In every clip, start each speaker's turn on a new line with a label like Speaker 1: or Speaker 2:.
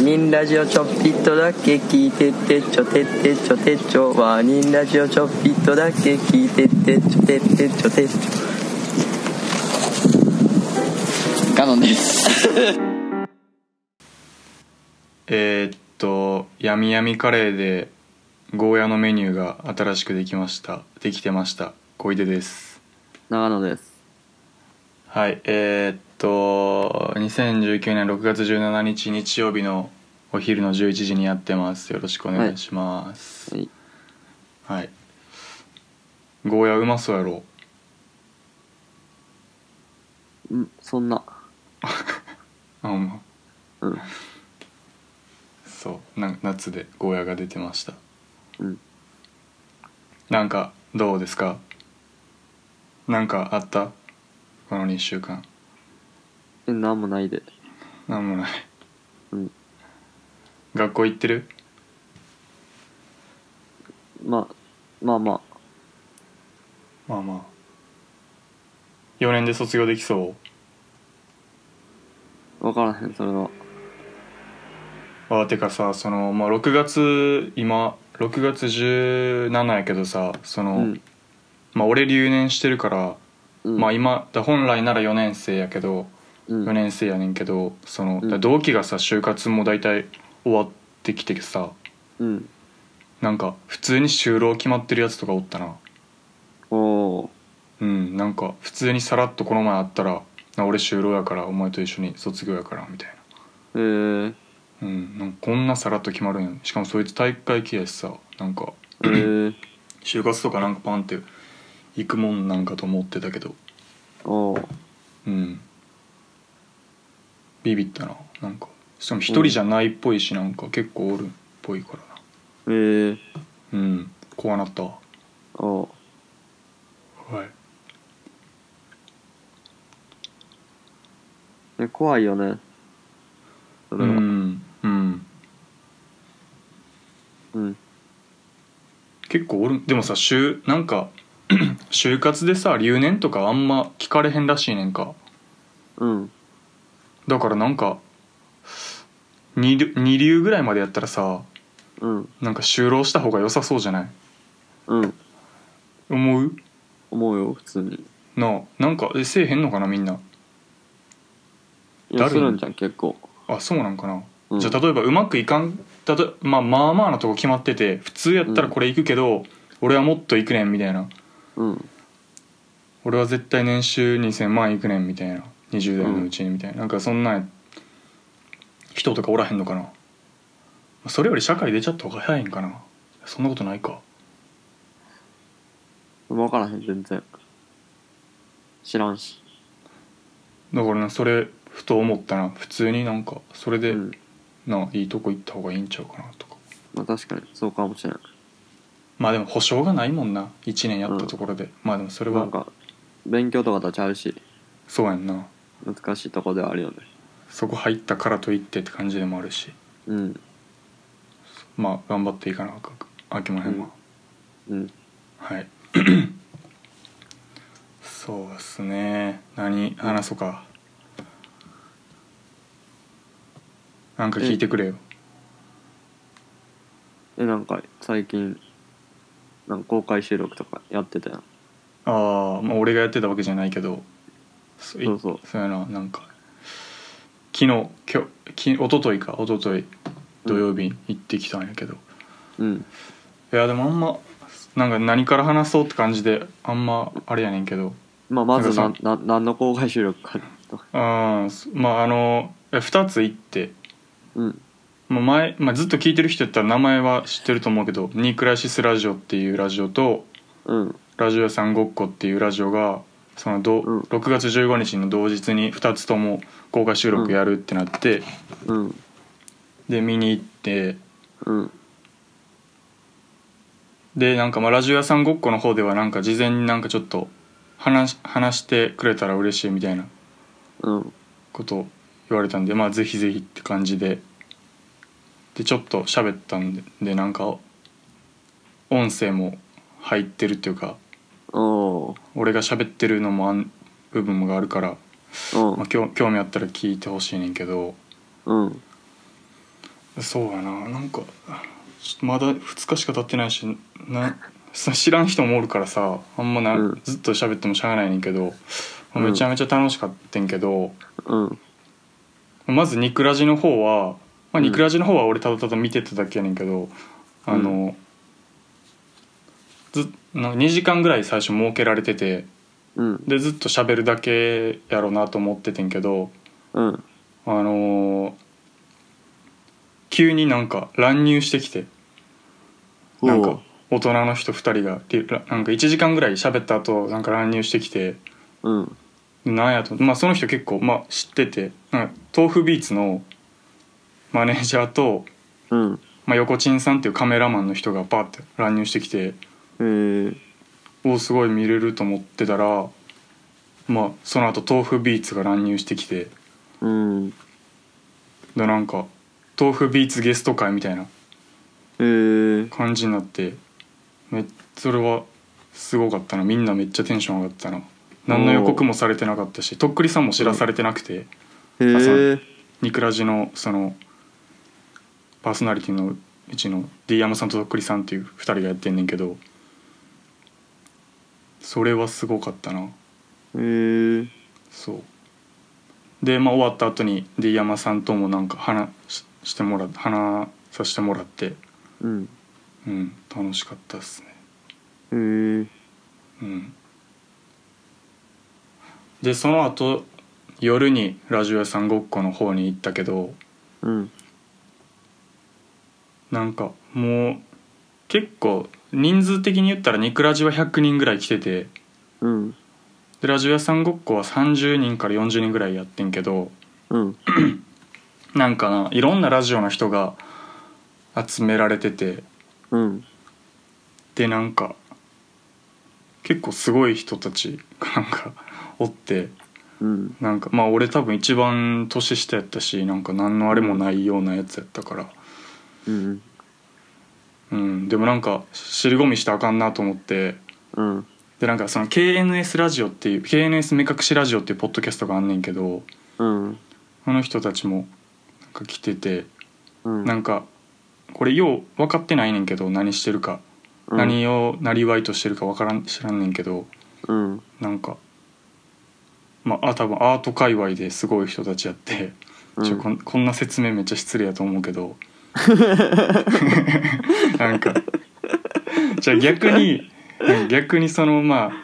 Speaker 1: ニンラジオちょっぴっとだけ聞いてってちょてってちょてちょワニンラジオちょっぴっとだけ聞いてってちょてってちょてちょ
Speaker 2: ガノンです
Speaker 3: えーっと「やみやみカレー」でゴーヤのメニューが新しくできましたできてました小出です
Speaker 2: 長野です
Speaker 3: はいえーっと2019年6月17日日曜日のお昼の11時にやってますよろしくお願いします
Speaker 2: はい
Speaker 3: はい、ゴーヤうまそうやろ
Speaker 2: うんそんな
Speaker 3: あほんま
Speaker 2: うん
Speaker 3: そうな夏でゴーヤが出てました
Speaker 2: うん
Speaker 3: なんかどうですかなんかあったこの2週間
Speaker 2: えなんもないで
Speaker 3: なんもない
Speaker 2: うん
Speaker 3: 学校行ってる
Speaker 2: まあまあまあ
Speaker 3: まあまあ4年で卒業できそ
Speaker 2: 分からへんそれは
Speaker 3: うあてかさその、まあ、6月今6月17やけどさその、
Speaker 2: うん
Speaker 3: まあ、俺留年してるから、
Speaker 2: うん
Speaker 3: まあ今だ本来なら4年生やけど
Speaker 2: うん
Speaker 3: 4年生やねんけどその、
Speaker 2: うん
Speaker 3: だ同期がさ就活も大体終わってきてさ
Speaker 2: うん
Speaker 3: なんか普通に就労決まってるやつとかおったな
Speaker 2: おお
Speaker 3: うんなんか普通にさらっとこの前あったら「な俺就労やからお前と一緒に卒業やから」みたい
Speaker 2: へえー、
Speaker 3: なうんなんかこんなさらっと決まるんやしかもそいつ大会系やしさなんか
Speaker 2: えー、
Speaker 3: 就活とかなんかパンって行くもんなんかと思ってたけど
Speaker 2: おお
Speaker 3: うんビビったななんかしかも一人じゃないっぽいしなんか結構おるっぽいからな
Speaker 2: えー、
Speaker 3: うん怖なったわ
Speaker 2: おお
Speaker 3: はい
Speaker 2: え怖いよねそれ
Speaker 3: う
Speaker 2: は
Speaker 3: んうん
Speaker 2: うん
Speaker 3: 結構おるでもさ就なんか 就活でさ留年とかあんま聞かれへんらしいねんか
Speaker 2: うん
Speaker 3: だからなんか二流二流ぐらいまでやったらさ
Speaker 2: うん
Speaker 3: なんか就労した方が良さそうじゃない
Speaker 2: うん
Speaker 3: 思う
Speaker 2: 思うよ普通に
Speaker 3: なあなんかえせえへんのかなみんない
Speaker 2: や
Speaker 3: だるい
Speaker 2: するんじゃん結構
Speaker 3: あそうなんかな、
Speaker 2: うん
Speaker 3: じゃあ例えばうまくいかんたとまあまあまあなとこ決まってて普通やったらこれ行くけど、俺はもっと行くねんみたいな
Speaker 2: うん
Speaker 3: 俺は絶対年収2,000万いくねんみたいな20代のうちにみたいな、なんかそんな人とかおらへんのかなそれより社会出ちゃった方が早いんかなそんなことないか
Speaker 2: 分からへん全然知らんし
Speaker 3: だからなそれふと思ったな普通になんかそれで、
Speaker 2: うん
Speaker 3: ないいとこ行った方がいいんちゃうかなとか
Speaker 2: まあ確かにそうかもしれない
Speaker 3: まあでも保証がないもんな1年やったところで、まあでもそれ
Speaker 2: な
Speaker 3: は
Speaker 2: んか勉強とかとはちゃうし
Speaker 3: そうやんな
Speaker 2: 難しいとこではあるよね
Speaker 3: そこ入ったからといってって感じでもあるし
Speaker 2: うん
Speaker 3: まあ頑張っていかなあかんあきまへんわ、
Speaker 2: うんうん
Speaker 3: はい そうですね何話そうかなんか聞いてくれよ
Speaker 2: えなんか最近なんか公開収録とかやってたやん
Speaker 3: ああまあ俺がやってたわけじゃないけどそい
Speaker 2: そうそう
Speaker 3: そうやななんか昨日今日き一昨日か一昨日土曜日に行ってきたんやけど、
Speaker 2: うん
Speaker 3: いやでもあんまなんか何から話そうって感じであんまあれやねんけど
Speaker 2: まあまずな
Speaker 3: な
Speaker 2: んな何の公開収録かとか
Speaker 3: あーまああの2つ行って、
Speaker 2: うん
Speaker 3: まあ前まあ、ずっと聞いてる人やったら名前は知ってると思うけど「ニークライシスラジオ」っていうラジオと
Speaker 2: うん
Speaker 3: 「ラジオ屋さんごっこ」っていうラジオがそのど、
Speaker 2: うん
Speaker 3: 6月15日の同日に2つとも公開収録やるってなって、
Speaker 2: うん
Speaker 3: で見に行って
Speaker 2: うん
Speaker 3: でなんかまあラジオ屋さんごっこの方ではなんか事前になんかちょっと話話してくれたら嬉しいみたいな
Speaker 2: うん
Speaker 3: ことを言われたんでまあぜひぜひって感じででちょっと喋ったんででなんか音声も入ってるっていうか
Speaker 2: おー
Speaker 3: 俺が喋ってるのもあん部分もあるから、
Speaker 2: お
Speaker 3: まあ、
Speaker 2: ー
Speaker 3: 興興味あったら聞いてほしいねんけど
Speaker 2: うん
Speaker 3: そうやななんかまだ2日しか経ってないしなさ知らん人もおるからさあんまな、
Speaker 2: うん
Speaker 3: ずっと喋ってもしゃあないねんけど、
Speaker 2: うん
Speaker 3: めちゃめちゃ楽しかったんけど
Speaker 2: うん
Speaker 3: まずニクラジの方は、まあ、
Speaker 2: うん
Speaker 3: ニクラジの方は俺ただただ見てただけやねんけどあの、
Speaker 2: う
Speaker 3: ずなんか2時間ぐらい最初設けられてて
Speaker 2: うん
Speaker 3: でずっと喋るだけやろうなと思っててんけど
Speaker 2: うん
Speaker 3: あのー急になんか乱入してきてなんか大人の人2人がでらなんか1時間ぐらい喋った後なんか乱入してきて
Speaker 2: おううん
Speaker 3: でなんやとまあその人結構、まあ、知っててなんか豆腐ビーツのマネージャーと、
Speaker 2: うん
Speaker 3: まあ、横陳さんっていうカメラマンの人がバーって乱入してきて
Speaker 2: えー、
Speaker 3: おおすごい見れると思ってたら、まあ、その後豆腐ビーツが乱入してきて
Speaker 2: うん
Speaker 3: でなんか豆腐ビーツゲスト会みたいな
Speaker 2: えー、
Speaker 3: 感じになってめそれはすごかったなみんなめっちゃテンション上がったな何の予告もされてなかったしとっくりさんも知らされてなくて、
Speaker 2: え
Speaker 3: あそう
Speaker 2: ー、
Speaker 3: ニクラジのそのパーソナリティのうちの D 山さんととっくりさんっていう2人がやってんねんけどそれはすごかったな
Speaker 2: えー、
Speaker 3: そうでまあ終わった後に D 山さんともなんか話ししてもら話させてもらって
Speaker 2: うん
Speaker 3: うん楽しかったっすね
Speaker 2: えー、
Speaker 3: うんでその後夜にラジオ屋さんごっこの方に行ったけど
Speaker 2: うん
Speaker 3: なんかもう結構人数的に言ったらニクラジは100人ぐらい来てて
Speaker 2: うん
Speaker 3: でラジオ屋さんごっこは30人から40人ぐらいやってんけど
Speaker 2: うん
Speaker 3: なんかないろんなラジオの人が集められてて
Speaker 2: うん
Speaker 3: でなんか結構すごい人たち がなんかおって
Speaker 2: うん
Speaker 3: なんかまあ俺多分一番年下やったしなんか何のあれもないようなやつやったから、
Speaker 2: うん
Speaker 3: うん、でもなんか尻込みしたらあかんなと思って
Speaker 2: うん
Speaker 3: でなんかその KNS ラジオっていう KNS 目隠しラジオっていうポッドキャストがあんねんけど
Speaker 2: うん
Speaker 3: その人たちもなんか来てて
Speaker 2: うん
Speaker 3: なんかこれよう分かってないねんけど何してるか、
Speaker 2: うん
Speaker 3: 何をなりわいとしてるか分からん知らんねんけど
Speaker 2: うん
Speaker 3: なんかまああ多分アート界隈ですごい人たちやって、
Speaker 2: うん
Speaker 3: ちょこんこんな説明めっちゃ失礼やと思うけ どなんかじゃあ逆に逆にそのまあだか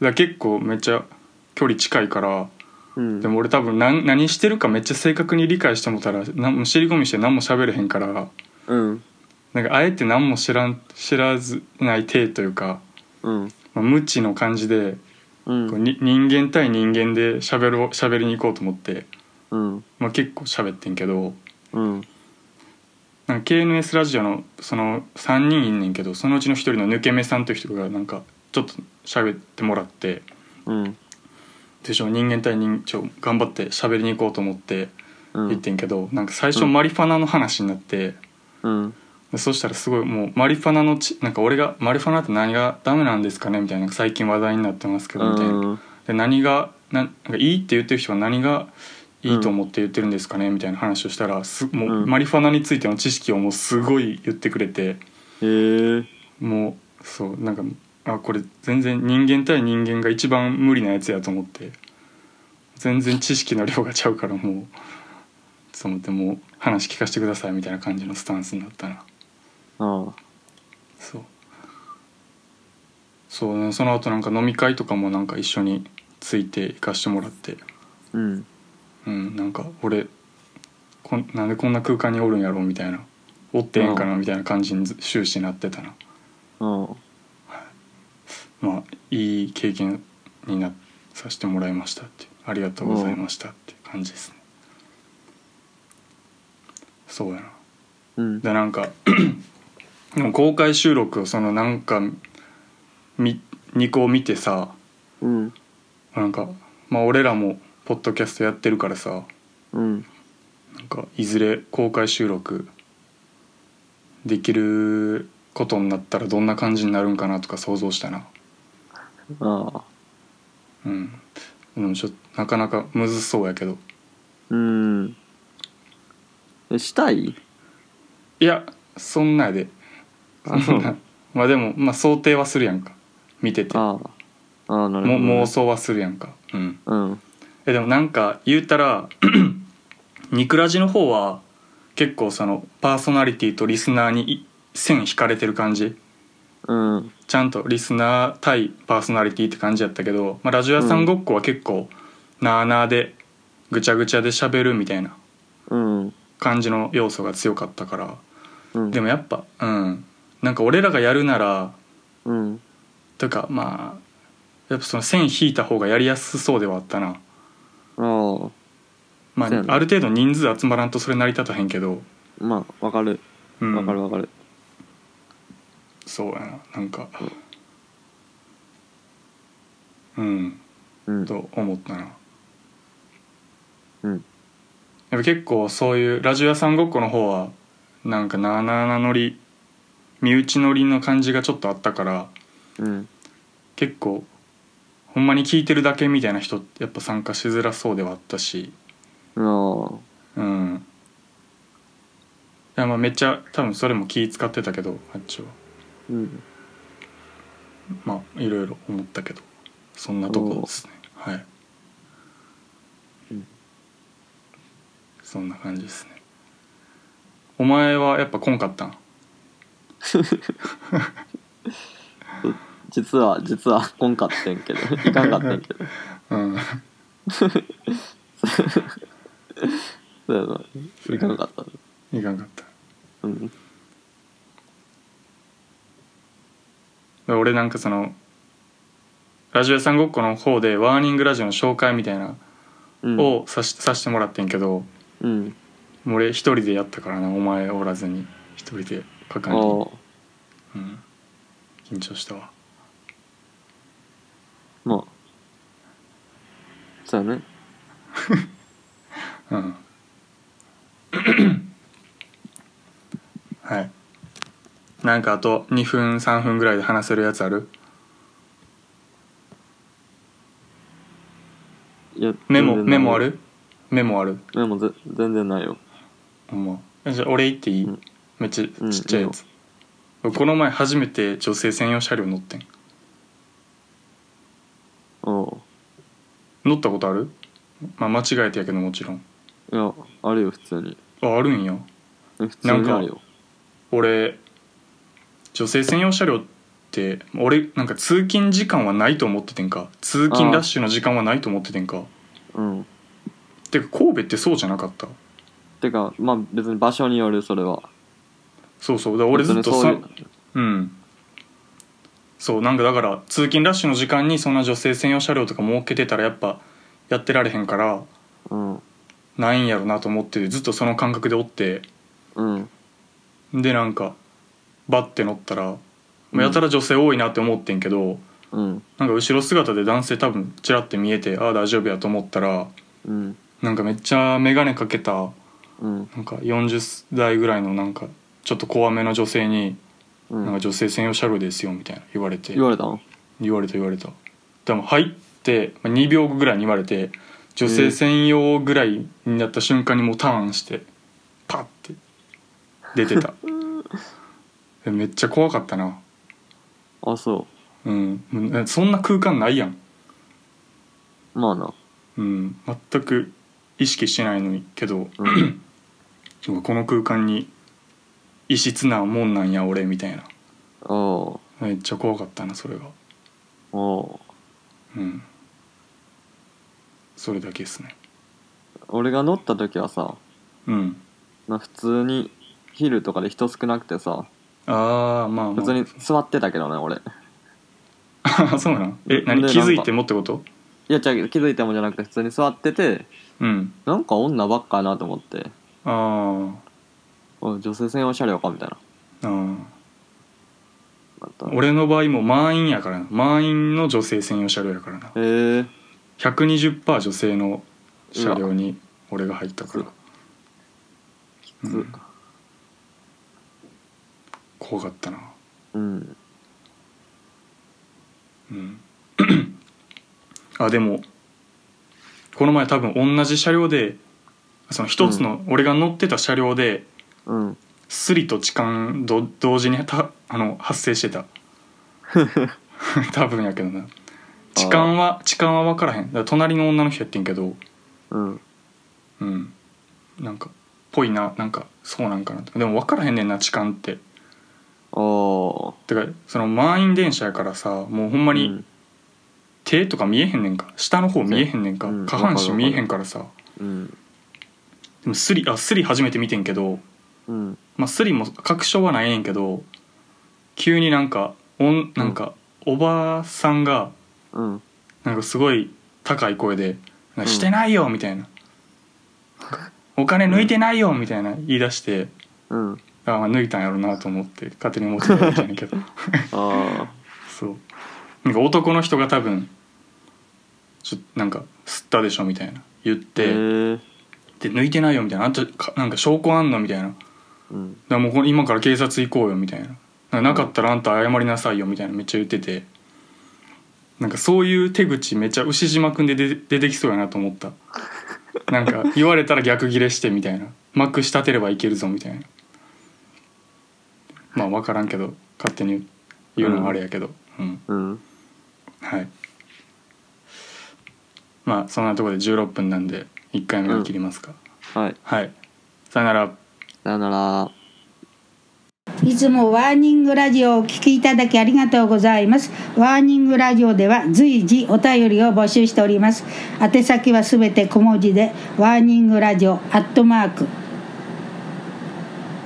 Speaker 3: ら結構めっちゃ距離近いから
Speaker 2: うん
Speaker 3: でも俺多分何何してるかめっちゃ正確に理解してもたらなん尻込みして何も喋れへんから
Speaker 2: うん
Speaker 3: なんかあえて何も知らん知らずない体というか、
Speaker 2: うん
Speaker 3: まあ、無知の感じで
Speaker 2: う
Speaker 3: こうんに人間対人間で喋ろう喋りに行こうと思って、
Speaker 2: うん
Speaker 3: まあ、結構喋ってんけど
Speaker 2: うん
Speaker 3: なんか KNS ラジオのその3人いんねんけどそのうちの1人の抜け目さんという人がなんかちょっと喋ってもらって
Speaker 2: うん
Speaker 3: でしょ人間対人ちょ頑張って喋りに行こうと思って
Speaker 2: うん
Speaker 3: 行ってんけど、なんか最初マリファナの話になって、
Speaker 2: うん
Speaker 3: でそしたらすごいもうマリファナのちなんか俺が「マリファナって何がダメなんですかね?」みたいな最近話題になってますけどみたいな。で何がななんかいいって言ってる人は何がいいと思って言ってるんですかね、みたいな話をしたらすもう、
Speaker 2: うん
Speaker 3: マリファナについての知識をもうすごい言ってくれて
Speaker 2: へえ
Speaker 3: もうそうなんかあこれ全然人間対人間が一番無理なやつやと思って全然知識の量がちゃうからもうそう思ってもう話聞かせてくださいみたいな感じのスタンスになったな
Speaker 2: あ
Speaker 3: そうそうねその後なんか飲み会とかもなんか一緒について行かしてもらって。
Speaker 2: うん
Speaker 3: うん、なんか俺こんなんでこんな空間におるんやろみたいなおってええんかなみたいな感じにず終始なってたな
Speaker 2: ああ
Speaker 3: まあいい経験になさせてもらいましたってありがとうございましたって感じですねそうやな
Speaker 2: うん
Speaker 3: でなんか でも公開収録をそのなんかみ2個見てさ
Speaker 2: うん
Speaker 3: なんかまあ俺らもポッドキャストやってるからさ、
Speaker 2: うん
Speaker 3: なんかいずれ公開収録できることになったらどんな感じになるんかなとか想像したな
Speaker 2: ああ
Speaker 3: うんでもちょっとなかなかむずそうやけど
Speaker 2: うんえしたい
Speaker 3: いやそんなんやで
Speaker 2: あそう
Speaker 3: まあでも、まあ、想定はするやんか見てても
Speaker 2: ああああなるほど、
Speaker 3: 妄想はするやんかうん
Speaker 2: うん
Speaker 3: えでもなんか言うたら ニクラジの方は結構そのパーソナリティとリスナーにい線引かれてる感じ
Speaker 2: うん
Speaker 3: ちゃんとリスナー対パーソナリティって感じやったけど、まあ、ラジオ屋さんごっこは結構なあなあでぐちゃぐちゃで喋るみたいな
Speaker 2: うん
Speaker 3: 感じの要素が強かったから
Speaker 2: うん
Speaker 3: でもやっぱうんなんか俺らがやるなら
Speaker 2: うん
Speaker 3: とかまあやっぱその線引いた方がやりやすそうではあったな、
Speaker 2: あ
Speaker 3: まあ、あ
Speaker 2: そうやな
Speaker 3: る程度人数集まらんとそれ成り立たへんけど、
Speaker 2: あまあわかる
Speaker 3: うん、
Speaker 2: わかるわかる、
Speaker 3: そうやななんかうん
Speaker 2: うん、
Speaker 3: と思ったな
Speaker 2: うん
Speaker 3: やっぱ結構そういうラジオ屋さんごっこの方はなんかなあなあな乗り身内乗りの感じがちょっとあったから
Speaker 2: うん
Speaker 3: 結構ほんまに聞いてるだけみたいな人ってやっぱ参加しづらそうではあったし
Speaker 2: ああ
Speaker 3: うんいやまあめっちゃ多分それも気使ってたけどあっちは
Speaker 2: うん
Speaker 3: まあいろいろ思ったけどそんなとこですねはい、
Speaker 2: うん
Speaker 3: そんな感じですねお前はやっぱ来んかったん
Speaker 2: 実は実は来んかってんけ ど行かんかってんけど
Speaker 3: うん
Speaker 2: そうやな行かんかった
Speaker 3: いかんかった
Speaker 2: うん
Speaker 3: で俺なんかそのラジオ屋さんごっこの方でワーニングラジオの紹介みたいな
Speaker 2: うん
Speaker 3: をさし,、さしてもらってんけど
Speaker 2: うん
Speaker 3: もう俺一人でやったからなお前おらずに一人でかか
Speaker 2: ああ
Speaker 3: に、うん、緊張したわ
Speaker 2: まあそうやね
Speaker 3: うん。はい。なんかあと2分3分ぐらいで話せるやつある
Speaker 2: いや
Speaker 3: メモ
Speaker 2: 全然な
Speaker 3: メ
Speaker 2: い
Speaker 3: モあるメモある
Speaker 2: メモぜ全然ないよ
Speaker 3: ほんまえじゃあ俺言っていい、
Speaker 2: うん
Speaker 3: めっちゃ
Speaker 2: うん
Speaker 3: ちっちゃいやつ、俺この前初めて女性専用車両乗ってん
Speaker 2: あ
Speaker 3: 乗ったことあるまあ間違えてやけどもちろん
Speaker 2: あいやあるよ普通に
Speaker 3: ああるんや
Speaker 2: え普通にあるよ
Speaker 3: 俺女性専用車両って俺なんか通勤時間はないと思っててんか通勤ラッシュの時間はないと思っててんか
Speaker 2: うん
Speaker 3: てか神戸ってそうじゃなかった
Speaker 2: てかまあ別に場所によるそれは
Speaker 3: そうそうだから俺ずっとさ
Speaker 2: 別にそういう
Speaker 3: うんそうなんかだから通勤ラッシュの時間にそんな女性専用車両とか設けてたらやっぱやってられへんから
Speaker 2: うん
Speaker 3: ないんやろなと思ってずっとその感覚でおって
Speaker 2: うん
Speaker 3: でなんかバッて乗ったらやたら女性多いなって思ってんけど、
Speaker 2: うん
Speaker 3: なんか後ろ姿で男性多分ちらって見えてああ大丈夫やと思ったら
Speaker 2: うん
Speaker 3: なんかめっちゃ眼鏡かけた
Speaker 2: うん
Speaker 3: なんか40代ぐらいのなんかちょっと怖めの女性に
Speaker 2: う
Speaker 3: なん
Speaker 2: ん
Speaker 3: か女性専用車両ですよみたいな言われて
Speaker 2: 言われたの
Speaker 3: 言われた言われたでも入ってまあ2秒後ぐらいに言われて女性専用ぐらいになった瞬間にもうターンしてパッて出てたえめっちゃ怖かったな
Speaker 2: あそ
Speaker 3: うんもうそんな空間ないやん、
Speaker 2: うまあな
Speaker 3: うん、全く意識してないのにけど
Speaker 2: うん
Speaker 3: うわこの空間に異質なもんなんや俺みたい
Speaker 2: あ
Speaker 3: な
Speaker 2: あ
Speaker 3: めっちゃ怖かったなそれが
Speaker 2: ああ
Speaker 3: うんそれだけですね
Speaker 2: 俺が乗った時はさ
Speaker 3: うん
Speaker 2: まあ普通に昼とかで人少なくてさ
Speaker 3: ああまあ、まあ、
Speaker 2: 普通に座ってたけどね俺
Speaker 3: あ そうなんえ何
Speaker 2: で
Speaker 3: 気づいてもってこと
Speaker 2: いや違う気づいたもんじゃなくて普通に座ってて
Speaker 3: うん
Speaker 2: なんか女ばっかやなと思って
Speaker 3: あー
Speaker 2: おい女性専用車両かみたいな
Speaker 3: あー
Speaker 2: なった
Speaker 3: 俺の場合も満員やからな満員の女性専用車両やからな
Speaker 2: へえ
Speaker 3: 120%女性の車両に俺が入ったから
Speaker 2: ー、
Speaker 3: うん怖かったな
Speaker 2: うん
Speaker 3: うん あでもこの前多分同じ車両でその一つの俺が乗ってた車両で
Speaker 2: うん
Speaker 3: スリと痴漢ど同時にたあの発 生してた多分やけどな痴漢は痴漢は分からへんだから隣の女の人やってんけど
Speaker 2: うん
Speaker 3: うんなんかぽいななんかそうなんかなってでも分からへんねんな痴漢って
Speaker 2: ああ
Speaker 3: てかその満員電車やからさもうほんまに手とか見えへんねんか下の方見えへんねんか
Speaker 2: うん
Speaker 3: 下半
Speaker 2: わかる
Speaker 3: 身
Speaker 2: わかる
Speaker 3: 見えへんからさ
Speaker 2: うん
Speaker 3: でもスリあスリ初めて見てんけど
Speaker 2: うん
Speaker 3: まあ、スリも確証はないねんけど急になんかおんなんかおばさんが
Speaker 2: うん
Speaker 3: なんかすごい高い声で「なん
Speaker 2: ん
Speaker 3: かしてないよ」みたいな「お金抜いてないよ」みたいな言い出して
Speaker 2: うん
Speaker 3: あまあ抜いたんやろうなと思って勝手に持ち帰ったんやけど
Speaker 2: 嗯あ
Speaker 3: そうなんか男の人が多分「ちょなんか吸ったでしょ」みたいな言っ
Speaker 2: で
Speaker 3: て「で抜いてないよ」みたいな「あんたかなんか証拠あんの?」みたいな
Speaker 2: うん
Speaker 3: だからもうこれ今から警察行こうよみたいなだからなかったらあんた謝りなさいよみたいなめっちゃ言っててなんかそういう手口めっちゃ牛島くんで出て出てきそうやなと思ったなんか言われたら逆ギレしてみたいな幕仕立てればいけるぞみたいなまあ分からんけど勝手に言うのはあれやけどうん、
Speaker 2: うん
Speaker 3: はいまあそんなところで16分なんで1回目は切りますか、
Speaker 2: はい
Speaker 3: はいさよなら
Speaker 2: さよなら
Speaker 4: いつもワーニングラジオをお聞きいただきありがとうございます。ワーニングラジオでは随時お便りを募集しております。宛先はすべて小文字で、ワーニングラジオアットマーク、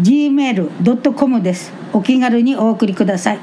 Speaker 4: gmail.com です。お気軽にお送りください。